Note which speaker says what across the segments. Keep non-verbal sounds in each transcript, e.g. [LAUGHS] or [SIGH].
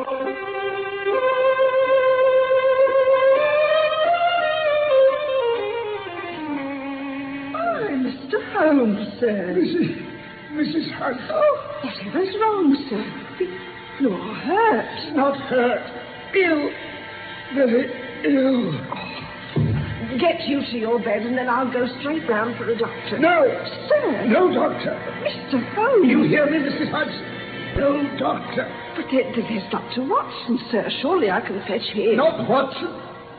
Speaker 1: Oh, Mr. Holmes, sir.
Speaker 2: Mrs. Mrs. Hunt.
Speaker 1: Oh, whatever's wrong, sir? You're hurt.
Speaker 2: Not hurt. Ill. Very ill.
Speaker 1: Get you to your bed, and then I'll go straight round for a doctor.
Speaker 2: No.
Speaker 1: Sir,
Speaker 2: No doctor.
Speaker 1: Mr. Holmes.
Speaker 2: You hear me, Mrs. Hunt? No doctor.
Speaker 1: But there, there's Dr. Watson, sir. Surely I can fetch him.
Speaker 2: Not Watson.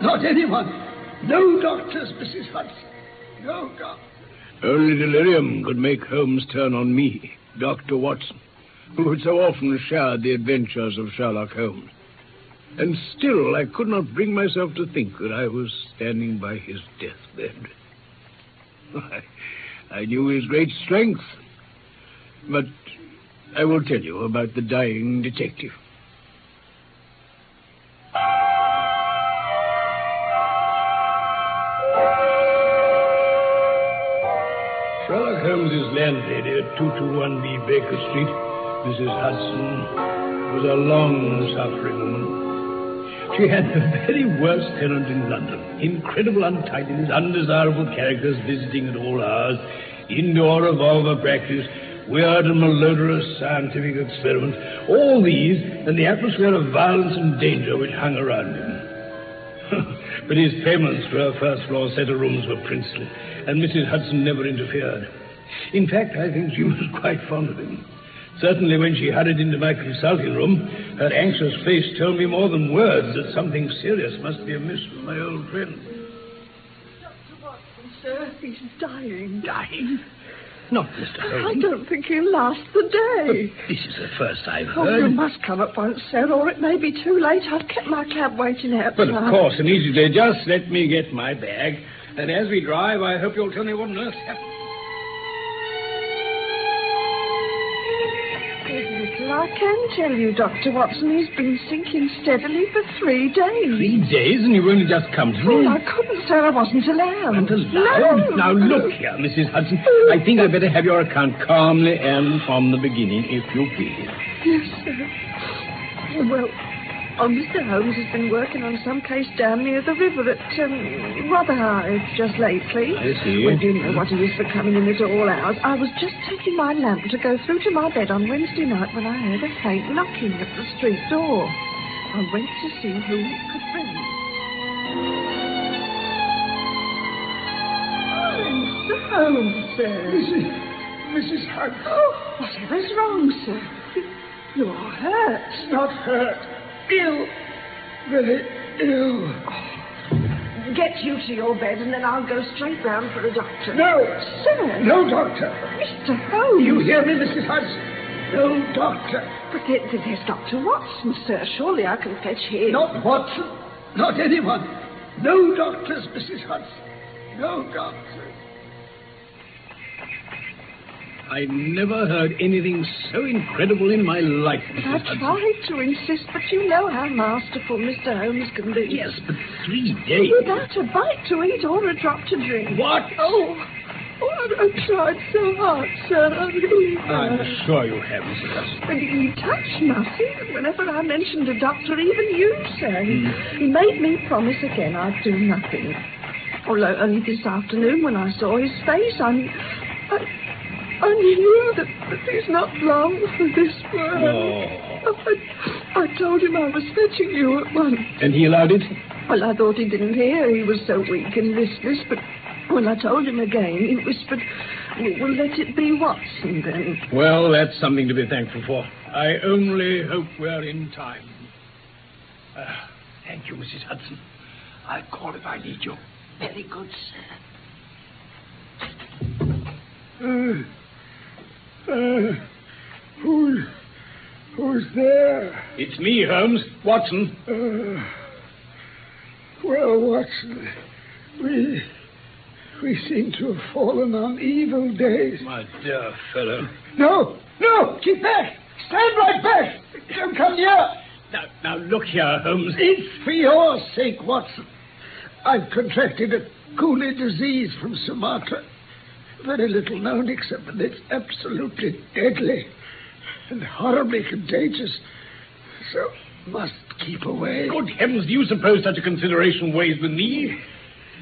Speaker 2: Not anyone. No doctors, Mrs. Hunt. No doctor.
Speaker 3: Only delirium could make Holmes turn on me, Dr. Watson, who had so often shared the adventures of Sherlock Holmes. And still, I could not bring myself to think that I was standing by his deathbed. [LAUGHS] I, I knew his great strength. But I will tell you about the dying detective. Sherlock Holmes's landlady at 221B Baker Street, Mrs. Hudson, was a long suffering woman. She had the very worst tenant in London. Incredible untidiness, undesirable characters visiting at all hours, indoor revolver practice, weird and malodorous scientific experiments, all these and the atmosphere of violence and danger which hung around him [LAUGHS] but his payments for her first floor set of rooms were princely, and Mrs. Hudson never interfered. In fact, I think she [LAUGHS] was quite fond of him. Certainly, when she hurried into my consulting room, her anxious face told me more than words that something serious must be amiss with my old friend.
Speaker 1: Dr. Watson, sir, he's dying.
Speaker 3: Dying? Not Mr.
Speaker 1: I
Speaker 3: Holmes.
Speaker 1: don't think he'll last the day.
Speaker 3: Oh. This is the first I've
Speaker 1: Oh, you
Speaker 3: heard.
Speaker 1: must come at once, sir, or it may be too late. I've kept my cab waiting outside.
Speaker 3: But of course, and easily, just let me get my bag. And as we drive, I hope you'll tell me what on earth happened.
Speaker 1: There's little I can tell you, Dr. Watson. He's been sinking steadily for three days.
Speaker 3: Three days, and you've only just come
Speaker 1: Well,
Speaker 3: through.
Speaker 1: I couldn't, sir. I wasn't allowed.
Speaker 3: And allowed?
Speaker 1: No.
Speaker 3: Now look here, Mrs. Hudson. I think I'd better have your account calmly and from the beginning, if you please.
Speaker 1: Yes, sir. Well, oh, Mr. Holmes has been working on some case down near the river at um, Rotherhithe just lately.
Speaker 3: I see.
Speaker 1: We do know what he is for coming in at all hours. I was just taking my lamp to go through to my bed on Wednesday night when I heard a faint knocking at the street door. I went to see who it could be. Oh, Mr. Holmes, sir.
Speaker 2: Mrs. Mrs. Hunt.
Speaker 1: Oh, whatever's wrong, sir? You're hurt.
Speaker 2: Not hurt. Ill. Very ill.
Speaker 1: Oh, Get you to your bed, and then I'll go straight round for a doctor.
Speaker 2: No.
Speaker 1: Sir,
Speaker 2: No doctor.
Speaker 1: Mr. Holmes.
Speaker 2: You hear me, Mrs. Hudson? No doctor.
Speaker 1: But there, there- there's Dr. Watson, sir. Surely I can fetch him.
Speaker 2: Not Watson. Not anyone. No doctors, Mrs. Hudson. No doctors.
Speaker 3: I never heard anything so incredible in my life,
Speaker 1: I
Speaker 3: Mrs. Hudson.
Speaker 1: tried to insist, but you know how masterful Mr. Holmes can be.
Speaker 3: Yes, but three days.
Speaker 1: Without a bite to eat or a drop to drink.
Speaker 3: What?
Speaker 1: Oh, oh I've, I've tried so hard, sir. I really have.
Speaker 3: Oh, I'm sure you have, Mrs. Hudson.
Speaker 1: But he touched nothing. Whenever I mentioned a doctor, even you, sir, he,
Speaker 3: Hmm.
Speaker 1: he made me promise again I'd do nothing. Although only this afternoon, when I saw his face, I, I, I knew that, that he's not long for this world.
Speaker 3: Oh.
Speaker 1: I, I told him I was fetching you at once.
Speaker 3: And he allowed it?
Speaker 1: Well, I thought he didn't hear. He was so weak and listless. But when I told him again, he whispered, "We will let it be Watson then."
Speaker 3: Well, that's something to be thankful for. I only hope we're in time. Ah, thank you, Mrs. Hudson. I'll call if I need you.
Speaker 1: Very good, sir.
Speaker 2: Uh, uh, who's, who's there?
Speaker 3: It's me, Holmes. Watson.
Speaker 2: Uh, well, Watson, we we seem to have fallen on evil days.
Speaker 3: My dear fellow.
Speaker 2: No, no, keep back, stand right back. Don't come near.
Speaker 3: Now, now look here, Holmes.
Speaker 2: It's for your sake, Watson. I've contracted a coolie disease from Sumatra. Very little known except that it's absolutely deadly and horribly contagious. So must keep away.
Speaker 3: Good heavens, do you suppose such a consideration weighs with me?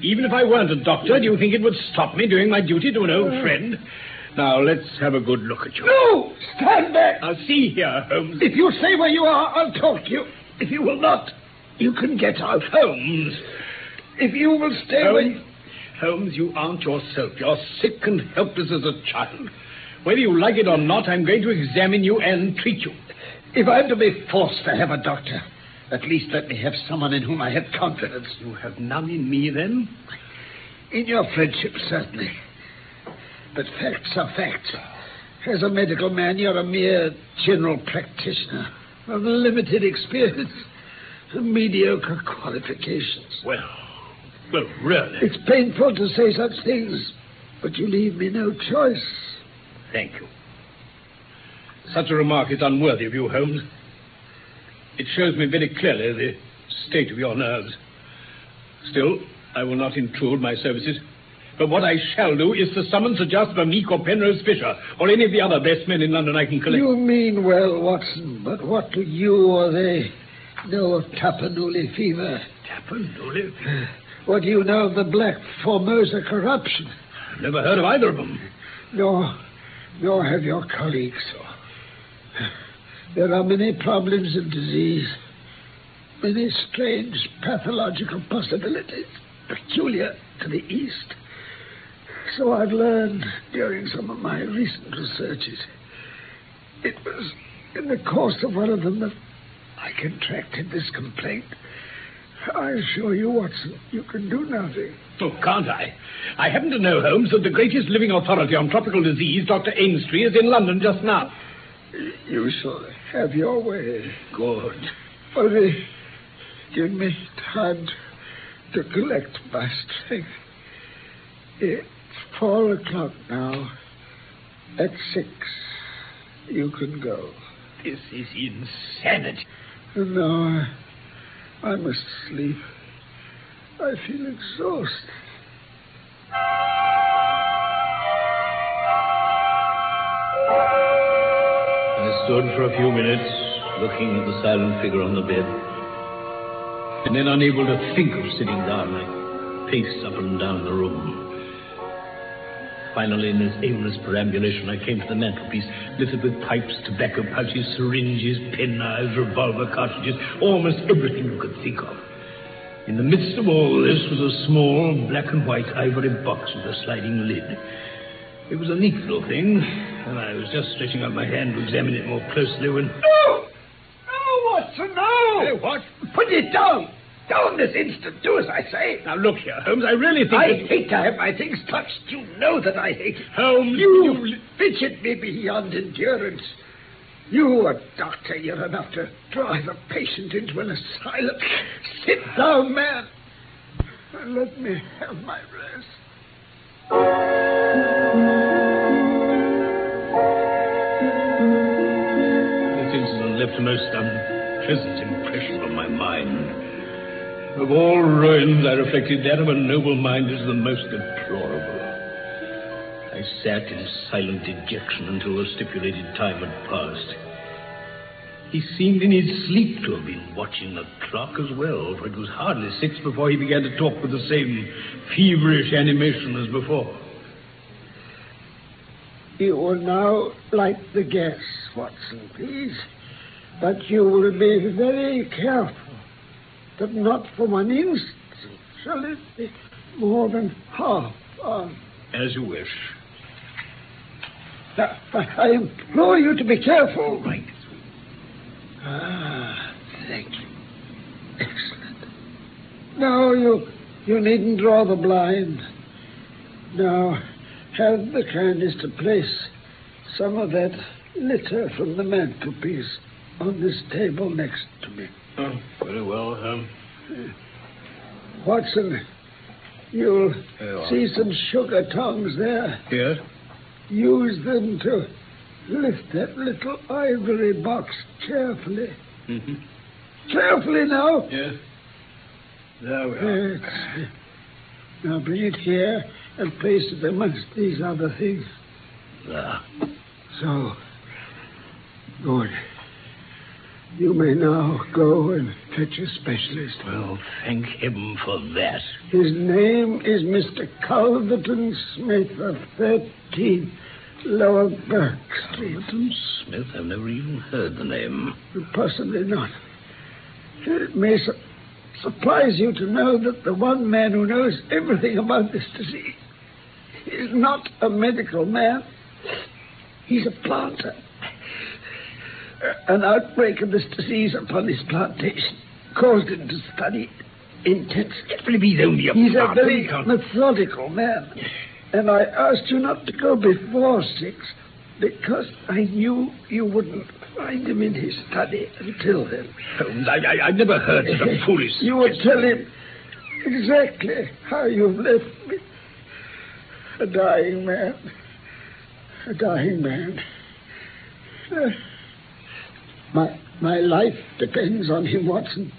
Speaker 3: Even if I weren't a doctor, do you think it would stop me doing my duty to an old friend? Uh, Now, let's have a good look at you.
Speaker 2: No! Stand back!
Speaker 3: Now, see here, Holmes.
Speaker 2: If you stay where you are, I'll talk to you. If you will not, you can get out.
Speaker 3: Holmes.
Speaker 2: If you will stay where
Speaker 3: Holmes, Holmes, you aren't yourself. You're sick and helpless as a child. Whether you like it or not, I'm going to examine you and treat you.
Speaker 2: If I'm to be forced to have a doctor, at least let me have someone in whom I have confidence.
Speaker 3: You have none in me, then?
Speaker 2: In your friendship, certainly. But facts are facts. As a medical man, you're a mere general practitioner of limited experience and mediocre qualifications.
Speaker 3: Well, well, really.
Speaker 2: It's painful to say such things, but you leave me no choice.
Speaker 3: Thank you. Such a remark is unworthy of you, Holmes. It shows me very clearly the state of your nerves. Still, I will not intrude my services. But what I shall do is to summon Sir Jasper Meek or Penrose Fisher or any of the other best men in London I can collect.
Speaker 2: You mean well, Watson, but what do you or they know of Tapanuli fever?
Speaker 3: Tapanuli?
Speaker 2: What do you know of the Black Formosa corruption?
Speaker 3: Never heard of either of them.
Speaker 2: Nor, nor have your colleagues. There are many problems in disease, many strange pathological possibilities peculiar to the East. So I've learned during some of my recent researches. It was in the course of one of them that I contracted this complaint. I assure you, Watson, you can do nothing.
Speaker 3: Oh, can't I? I happen to know, Holmes, that the greatest living authority on tropical disease, Dr. Amesbury, is in London just now.
Speaker 2: You shall have your way.
Speaker 3: Good.
Speaker 2: Only give me time to collect my strength. It's four o'clock now. At six, you can go.
Speaker 3: This is insanity.
Speaker 2: No, I, I must sleep. I feel exhausted.
Speaker 4: I stood for a few minutes looking at the silent figure on the bed. And then, unable to think of sitting down, I paced up and down the room. Finally, in this aimless perambulation, I came to the mantelpiece, littered with pipes, tobacco pouches, syringes, penknives, revolver cartridges, almost everything you could think of. In the midst of all this was a small black and white ivory box with a sliding lid. It was a neat little thing, and I was just stretching out my hand to examine it more closely when.
Speaker 2: No! No, Watson, no!
Speaker 3: Hey, what?
Speaker 2: Put it down! Down this instant. Do as I say.
Speaker 3: Now, look here, Holmes, I really think.
Speaker 2: I hate to have my things touched. You know that I hate it.
Speaker 3: Holmes,
Speaker 2: You, fidget me beyond endurance. You, a doctor, you're enough to drive a patient into an asylum. Sit down, man, and let me have my rest.
Speaker 4: This incident left a most unpleasant impression on my mind. Of all ruins, I reflected that of a noble mind is the most deplorable. I sat in silent dejection until the stipulated time had passed. He seemed in his sleep to have been watching the clock as well, for it was hardly six before he began to talk with the same feverish animation as before.
Speaker 2: You will now light the gas, Watson, please. But you will be very careful that not for one instant shall it be more than half on.
Speaker 4: As you wish.
Speaker 2: Now, I I implore you to be careful.
Speaker 4: Right.
Speaker 2: Ah, thank you. Excellent. No, you, you needn't draw the blind. Now, have the kindness to place some of that litter from the mantelpiece on this table next to me.
Speaker 4: Oh, very well. Um,
Speaker 2: Watson, you'll
Speaker 4: Here I
Speaker 2: see some sugar tongs there.
Speaker 4: yes?
Speaker 2: Use them to lift that little ivory box carefully.
Speaker 4: hmm
Speaker 2: Carefully now.
Speaker 4: Yes. There we are.
Speaker 3: Hmm.
Speaker 2: Yes. Now bring it here and place it amongst these other things.
Speaker 4: Ah,
Speaker 2: So, good. You may now go and Fetcher specialist.
Speaker 3: Well, thank heaven for that.
Speaker 2: His name is Mr. Culverton Smith of 13 Lower Burke Street.
Speaker 3: Hamilton Smith, I've never even heard the name.
Speaker 2: Possibly not. It may su- surprise you to know that the one man who knows everything about this disease is not a medical man. He's a planter. Uh, An outbreak of this disease upon his plantation caused him to study intensely.
Speaker 3: It will be only a
Speaker 2: He's a
Speaker 3: planter.
Speaker 2: very
Speaker 3: He can't-
Speaker 2: methodical man. And I asked you not to go before six because I knew you wouldn't find him in his study until then.
Speaker 3: Holmes, I, I, I've never heard [LAUGHS] such a foolish.
Speaker 2: You would tell him exactly how you've left me. A dying man. A dying man. Uh, My, my life depends on him, Watson.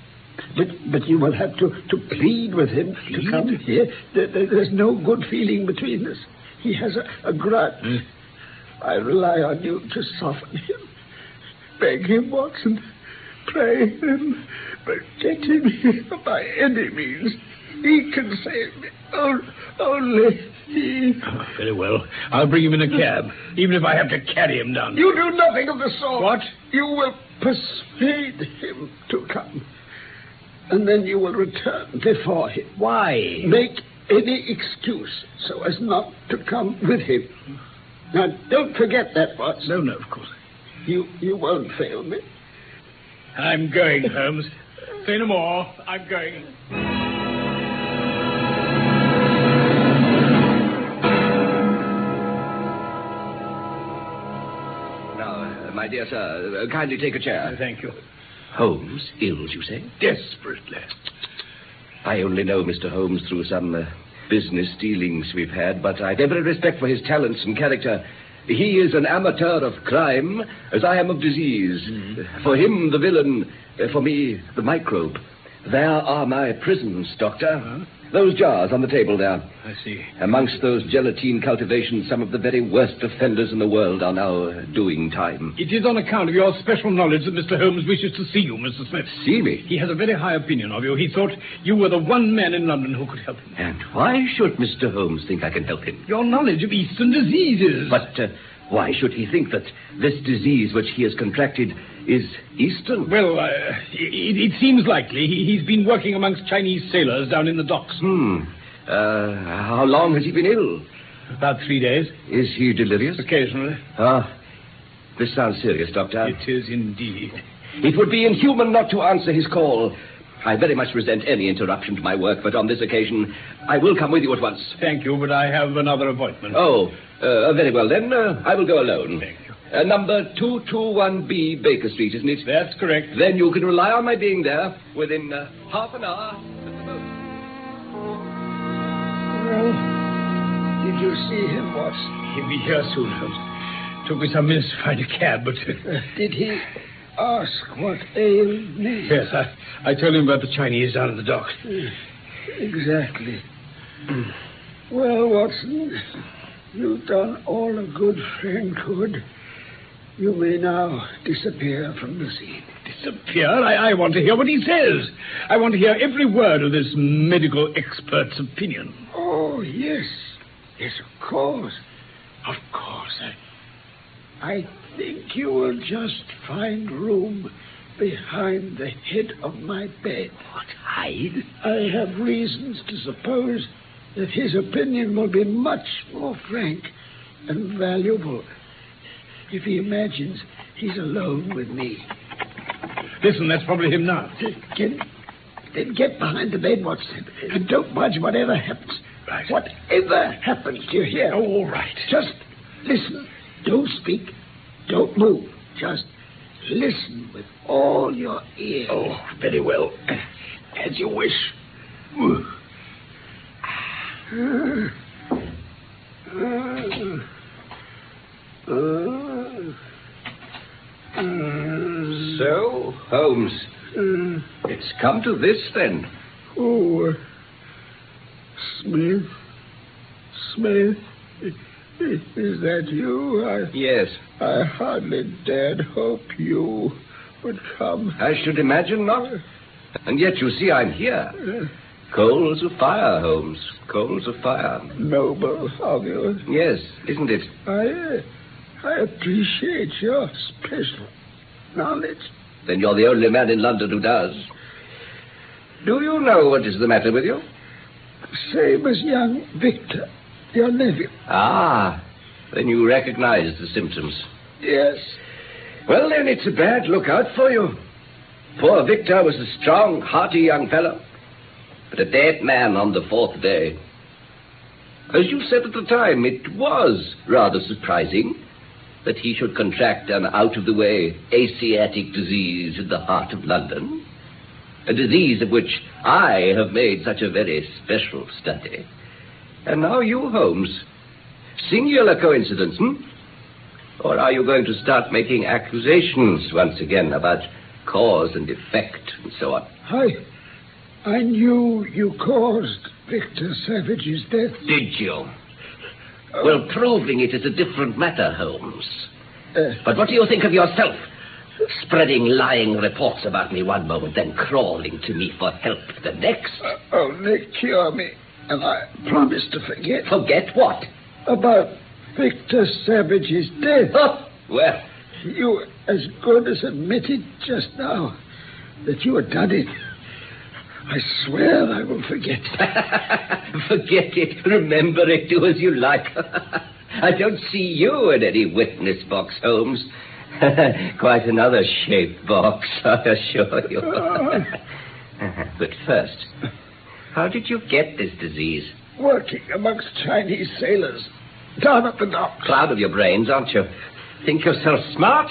Speaker 2: But, but you will have to, to plead with him to come here. There, there- there's no good feeling between us. He has a, a grudge.
Speaker 3: Hmm.
Speaker 2: I rely on you to soften him. Beg him, Watson. Pray him. But get him here by any means. He can save me. Oh, only he.
Speaker 3: Oh, very well. I'll bring him in a cab, even if I have to carry him down.
Speaker 2: You do nothing of the sort.
Speaker 3: What?
Speaker 2: You will persuade him to come. And then you will return before him.
Speaker 3: Why?
Speaker 2: Make any excuse so as not to come with him. Now, don't forget that, Watson.
Speaker 3: No, no, of course.
Speaker 2: You, you won't fail me.
Speaker 3: I'm going, Holmes. Say no more. I'm going.
Speaker 5: Now, uh, my dear sir, uh, kindly take a
Speaker 3: Uh,
Speaker 5: chair.
Speaker 3: Thank you.
Speaker 5: Holmes, ill, you say?
Speaker 3: Desperately.
Speaker 5: I only know Mr. Holmes through some uh, business dealings we've had, but I've every respect for his talents and character. He is an amateur of crime, as I am of disease. For him, the villain. uh, For me, the microbe. There are my prisons, Doctor. Those jars on the table there.
Speaker 3: I see.
Speaker 5: Amongst those gelatine cultivations, some of the very worst offenders in the world are now uh, doing time.
Speaker 3: It is on account of your special knowledge that Mr. Holmes wishes to see you, Mr. Smith.
Speaker 5: See me.
Speaker 3: He has a very high opinion of you. He thought you were the one man in London who could help him.
Speaker 5: And why should Mr. Holmes think I can help him?
Speaker 3: Your knowledge of Eastern diseases.
Speaker 5: But uh, why should he think that this disease which he has contracted is Eastern?
Speaker 3: Well, uh, it, it seems likely. He, he's been working amongst Chinese sailors down in the docks.
Speaker 5: Hmm. Uh, how long has he been ill?
Speaker 3: About three days.
Speaker 5: Is he delirious?
Speaker 3: Occasionally.
Speaker 5: Ah, this sounds serious, Doctor.
Speaker 3: It is indeed.
Speaker 5: It would be inhuman not to answer his call. I very much resent any interruption to my work, but on this occasion, I will come with you at once.
Speaker 3: Thank you, but I have another appointment.
Speaker 5: Oh, uh, very well then. Uh, I will go alone.
Speaker 3: Thank you.
Speaker 5: Uh, number 221B Baker Street, isn't it?
Speaker 3: That's correct.
Speaker 5: Then you can rely on my being there within uh, half an hour at the most.
Speaker 2: Well, did you see him, Watson?
Speaker 3: He'll be here soon, Holmes. Took me some minutes to find a cab, but. [LAUGHS]
Speaker 2: Did he ask what ailed me?
Speaker 3: yes, I, I told him about the Chinese down at the docks.
Speaker 2: Exactly. well, Watson, you've done all a good friend could. You may now disappear from the scene.
Speaker 3: Disappear? I, I want to hear what he says. I want to hear every word of this medical expert's opinion.
Speaker 2: Oh, yes. Yes, of course. Of course. I, I think you will just find room behind the head of my bed.
Speaker 3: What hide?
Speaker 2: I have reasons to suppose that his opinion will be much more frank and valuable if he imagines he's alone with me.
Speaker 3: Listen, that's probably him now.
Speaker 2: Then, then get behind the bed, Watson, and don't budge whatever happens.
Speaker 3: Right.
Speaker 2: Whatever happens, do you hear?
Speaker 3: Oh, all right.
Speaker 2: Just listen. Don't speak. Don't move. Just listen with all your ears.
Speaker 3: Oh, very well.
Speaker 2: As you wish.
Speaker 5: So, Holmes, it's come to this then.
Speaker 2: Oh, uh, Smith. Smith. Is that you? I,
Speaker 5: Yes,
Speaker 2: I hardly dared hope you would come.
Speaker 5: I should imagine not. And yet you see I'm here. Coals of fire, Holmes. Coals of fire.
Speaker 2: Noble of you.
Speaker 5: Yes, isn't it?
Speaker 2: I, uh, I appreciate your special knowledge.
Speaker 5: Then you're the only man in London who does. Do you know what is the matter with you?
Speaker 2: Same as young Victor, your nephew.
Speaker 5: Ah, then you recognize the symptoms.
Speaker 2: Yes.
Speaker 5: Well, then it's a bad lookout for you. Poor Victor was a strong, hearty young fellow, but a dead man on the fourth day. As you said at the time, it was rather surprising that he should contract an out of the way Asiatic disease in the heart of London, a disease of which I have made such a very special study. And now you, Holmes. Singular coincidence, hmm? Or are you going to start making accusations once again about cause and effect and so on?
Speaker 2: I, I knew you caused Victor Savage's death.
Speaker 5: Did you? Well, proving it is a different matter, Holmes.
Speaker 2: Uh,
Speaker 5: But what do you think of yourself? Spreading lying reports about me one moment, then crawling to me for help the next.
Speaker 2: uh, only cure me, and I promise to forget
Speaker 5: Forget what?
Speaker 2: about Victor Savage's death.
Speaker 5: Oh, well,
Speaker 2: You as good as admitted just now that you had done it. I swear I will forget.
Speaker 5: [LAUGHS] Forget it. Remember it. Do as you like. [LAUGHS] I don't see you in any witness box, Holmes. [LAUGHS] Quite another shaped box, [LAUGHS] I assure you. [LAUGHS] but first, how did you get this disease?
Speaker 2: Working amongst Chinese sailors down at the docks.
Speaker 5: Cloud of your brains, aren't you? Think yourself smart?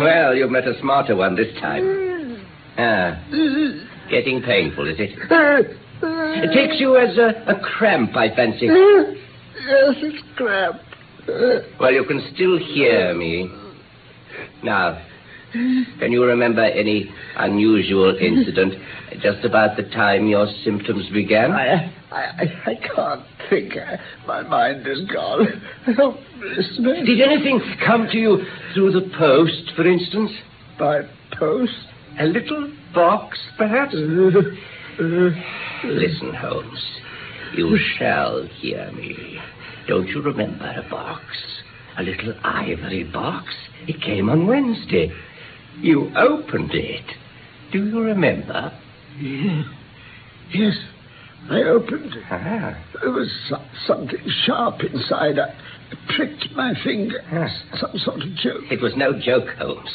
Speaker 5: Well, you've met a smarter one this time. Ah, getting painful, is it? It takes you as a, a cramp, I fancy.
Speaker 2: Yes, it's crap. Uh,
Speaker 5: Well, you can still hear me. Now, can you remember any unusual incident just about the time your symptoms began?
Speaker 2: I, I, I can't think. My mind is gone. Help me, Smith.
Speaker 5: Did anything come to you through the post, for instance?
Speaker 2: By post?
Speaker 5: A little box, perhaps?
Speaker 2: Uh,
Speaker 5: Listen, Holmes. You shall hear me. Don't you remember a box? A little ivory box? It came on Wednesday. You opened it. Do you remember?
Speaker 2: Yes, I opened it.
Speaker 5: Ah.
Speaker 2: There was so- something sharp inside. I pricked my finger.
Speaker 5: Ah.
Speaker 2: S- Some sort of joke.
Speaker 5: It was no joke, Holmes.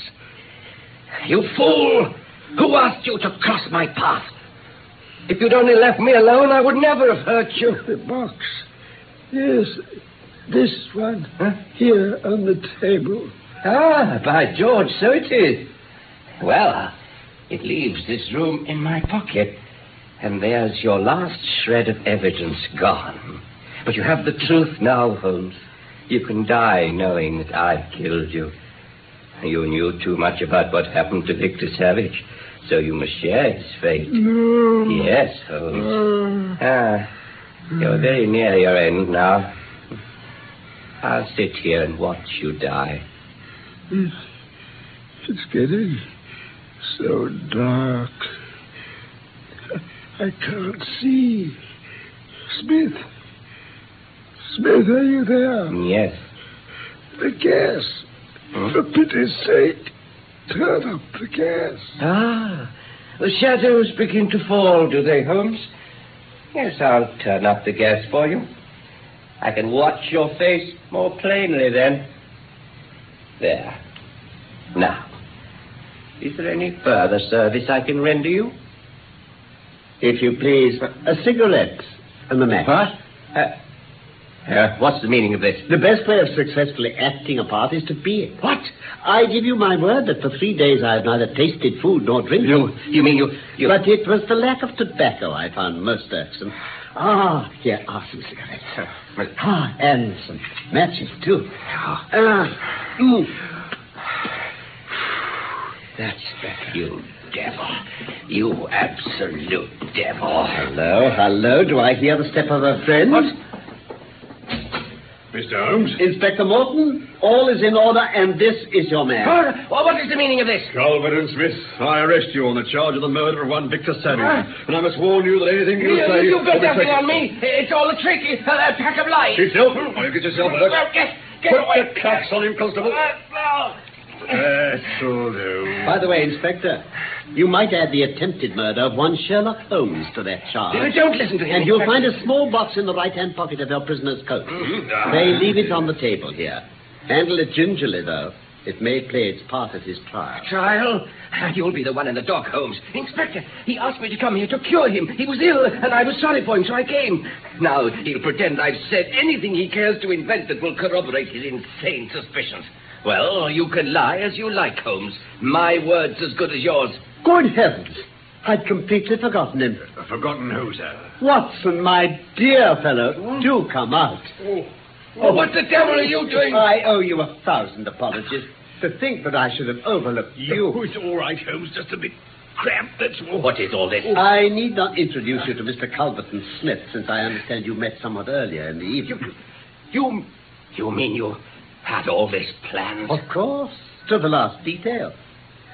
Speaker 5: You fool! Who asked you to cross my path? If you'd only left me alone, I would never have hurt you.
Speaker 2: The box. Yes, this one. Here on the table.
Speaker 5: Ah, by George, so it is. Well, uh, it leaves this room in my pocket. And there's your last shred of evidence gone. But you have the truth now, Holmes. You can die knowing that I killed you. You knew too much about what happened to Victor Savage, so you must share his fate. Yes,
Speaker 2: Uh,
Speaker 5: Holmes. Ah, you're very near your end now. I'll sit here and watch you die.
Speaker 2: It's, it's getting so dark. I can't see. Smith. Smith, are you there?
Speaker 5: Yes.
Speaker 2: The gas. For pity's sake, turn up the gas.
Speaker 5: Ah, the shadows begin to fall, do they, Holmes? Yes, I'll turn up the gas for you. I can watch your face more plainly then. There. Now, is there any further service I can render you?
Speaker 6: If you please, a cigarette and a match.
Speaker 5: What? Uh, uh, what's the meaning of this?
Speaker 6: The best way of successfully acting a part is to be it.
Speaker 5: What?
Speaker 6: I give you my word that for three days I have neither tasted food nor drink.
Speaker 5: You, you mean you, you...
Speaker 6: But it was the lack of tobacco I found most irksome. Ah, here are some cigarettes. Ah, and some matches, too.
Speaker 3: Uh,
Speaker 6: Ah, mm.
Speaker 5: That's better. You devil. You absolute devil.
Speaker 6: Hello, hello. Do I hear the step of a friend?
Speaker 5: What?
Speaker 3: Mr. Mr. Holmes.
Speaker 6: Inspector Morton, all is in order, and this is your man.
Speaker 7: what is the meaning of this?
Speaker 8: Calvert and Smith, I arrest you on the charge of the murder of one Victor Samuel. And I must warn you that anything you,
Speaker 7: You,
Speaker 8: say...
Speaker 7: you've got
Speaker 8: will be
Speaker 7: nothing
Speaker 8: taken-
Speaker 7: on me. It's all a trick, a, a pack of lies.
Speaker 8: It's helpful. Well, get yourself a look.
Speaker 7: Well, get, get
Speaker 8: Put
Speaker 7: away.
Speaker 8: the cuffs on him, Constable. That's all, do.
Speaker 6: By the way, Inspector, you might add the attempted murder of one Sherlock Holmes to that
Speaker 7: Uh,
Speaker 6: charge.
Speaker 7: don't listen to him.
Speaker 6: And you'll
Speaker 7: Inspector. Mm-hmm.
Speaker 6: find a small box in the right-hand pocket of your prisoner's coat.
Speaker 7: Ah.
Speaker 6: They leave it on the table here. Handle it gingerly, though. It may play its part at his trial.
Speaker 7: Trial? Ah, You'll be the one in the dock, Holmes. Inspector, he asked me to come here to cure him. He was ill, and I was sorry for him, so I came. Now, he'll pretend I've said anything he cares to invent that will corroborate his insane suspicions. Well, you can lie as you like, Holmes. My word's as good as yours.
Speaker 6: Good heavens! I'd completely forgotten him.
Speaker 8: Forgotten who, sir?
Speaker 6: Watson, my dear fellow, do come out.
Speaker 7: Oh, what the devil are you doing?
Speaker 6: I owe you a thousand apologies. To think that I should have overlooked you.
Speaker 8: Oh, it's all right, Holmes. Just a bit cramped, that's all.
Speaker 7: What is all this?
Speaker 6: I need not introduce you to Mr. Culverton Smith, since I understand you met somewhat earlier in the evening.
Speaker 7: You, you mean you had all this planned?
Speaker 6: Of course, to the last detail.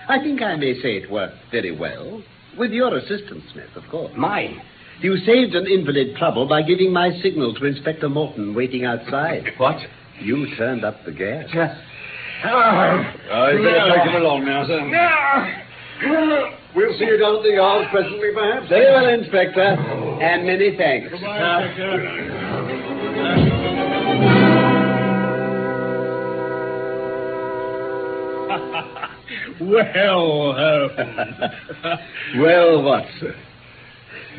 Speaker 6: I think I may say it worked very well. With your assistance, Smith, of course.
Speaker 7: Mine.
Speaker 6: You saved an invalid trouble by giving my signal to Inspector Morton waiting outside.
Speaker 7: What?
Speaker 6: You turned up the gas.
Speaker 7: Uh,
Speaker 8: I'd better take him along now, sir.
Speaker 2: We'll see you down at the yard presently, perhaps.
Speaker 6: Very well, Inspector. And many thanks.
Speaker 3: Well,
Speaker 8: [LAUGHS]
Speaker 3: Holmes.
Speaker 6: Well, Watson.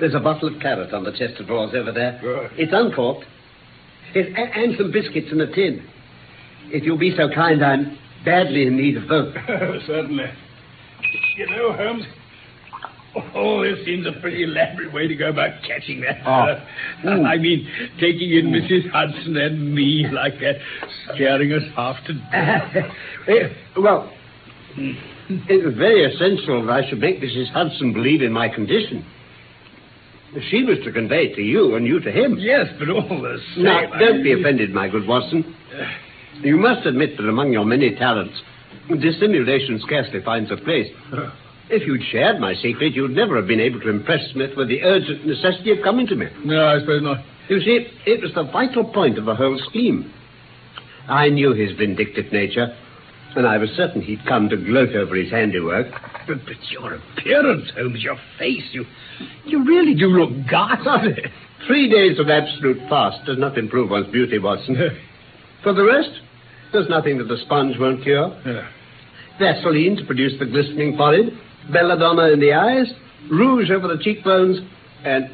Speaker 6: There's a bottle of claret on the chest of drawers over there.
Speaker 3: Good.
Speaker 6: It's uncorked. It's, a- and some biscuits in a tin. If you'll be so kind, I'm badly in need of both.
Speaker 3: Oh, Certainly. You know, Holmes, oh, this seems a pretty elaborate way to go about catching that.
Speaker 6: Oh.
Speaker 3: [LAUGHS]
Speaker 6: Mm.
Speaker 3: I mean, taking in Mrs. Hudson and me like that, scaring us half to death.
Speaker 6: Eh, well, it was very essential that I should make Mrs. Hudson believe in my condition. She was to convey it to you and you to him.
Speaker 3: yes, but all the same.
Speaker 6: Now,
Speaker 3: I
Speaker 6: don't be
Speaker 3: mean-
Speaker 6: offended, my good Watson. You must admit that among your many talents, dissimulation scarcely finds a place. If you'd shared my secret, you'd never have been able to impress Smith with the urgent necessity of coming to me.
Speaker 3: [LAUGHS] No, I suppose not.
Speaker 6: You see, it was the vital point of the whole scheme. I knew his vindictive nature, and I was certain he'd come to gloat over his handiwork.
Speaker 3: But, but your appearance, Holmes, your face, you you really do look ghastly. [LAUGHS]
Speaker 6: Three days of absolute fast does not improve one's beauty, Watson. For the rest, there's nothing that the sponge won't cure. Vaseline to produce the glistening forehead, belladonna in the eyes, rouge over the cheekbones, and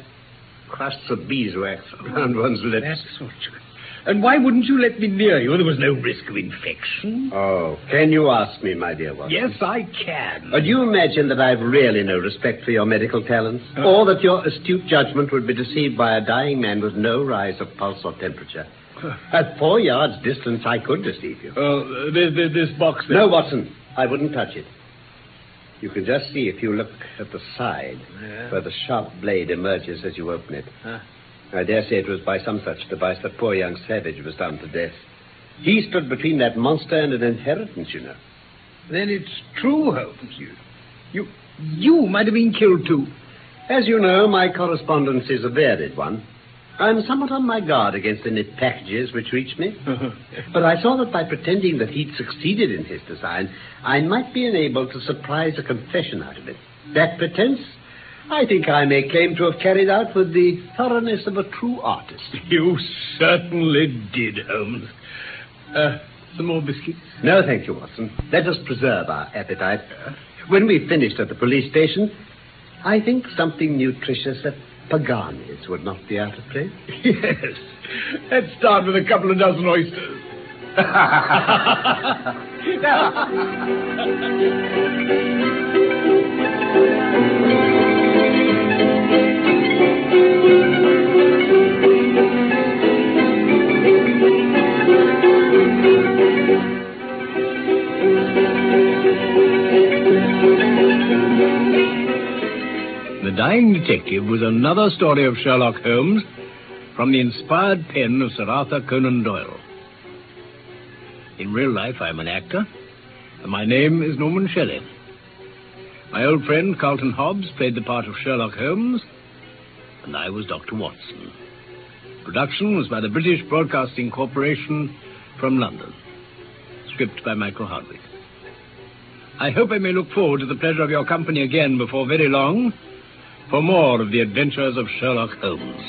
Speaker 6: crusts of beeswax around one's lips.
Speaker 3: That's what you... And why wouldn't you let me near you? There was no risk of infection.
Speaker 6: Oh, can you ask me, my dear Watson?
Speaker 3: Yes, I can.
Speaker 6: Uh, do you imagine that I've really no respect for your medical talents? or that your astute judgment would be deceived by a dying man with no rise of pulse or temperature? At four yards distance, I could deceive you.
Speaker 3: Well, this, this box there.
Speaker 6: No, Watson, I wouldn't touch it. You can just see if you look at the side
Speaker 3: Yeah.
Speaker 6: where the sharp blade emerges as you open it. I dare say it was by some such device that poor young Savage was done to death. He stood between that monster and an inheritance, you know.
Speaker 3: Then it's true, Holmes. You, you, you might have been killed too.
Speaker 6: As you know, my correspondence is a varied one. I'm somewhat on my guard against any packages which reach me. But I saw that by pretending that he'd succeeded in his design, I might be enabled to surprise a confession out of it. That pretense, I think I may claim to have carried out with the thoroughness of a true artist.
Speaker 3: [LAUGHS] You certainly did, Holmes. Uh, some more biscuits? [LAUGHS]
Speaker 6: No, thank you, Watson. Let us preserve our appetite. When we finished at the police station, I think something nutritious at Pagani's would not be out of place.
Speaker 3: yes. Let's start with a couple of dozen oysters.
Speaker 4: The Dying Detective was another story of Sherlock Holmes from the inspired pen of Sir Arthur Conan Doyle.
Speaker 3: In real life, I'm an actor, and my name is Norman Shelley. My old friend Carlton Hobbs played the part of Sherlock Holmes, and I was Dr. Watson. Production was by the British Broadcasting Corporation from London. Script by Michael Hardwick. I hope I may look forward to the pleasure of your company again before very long for more of the adventures of Sherlock Holmes.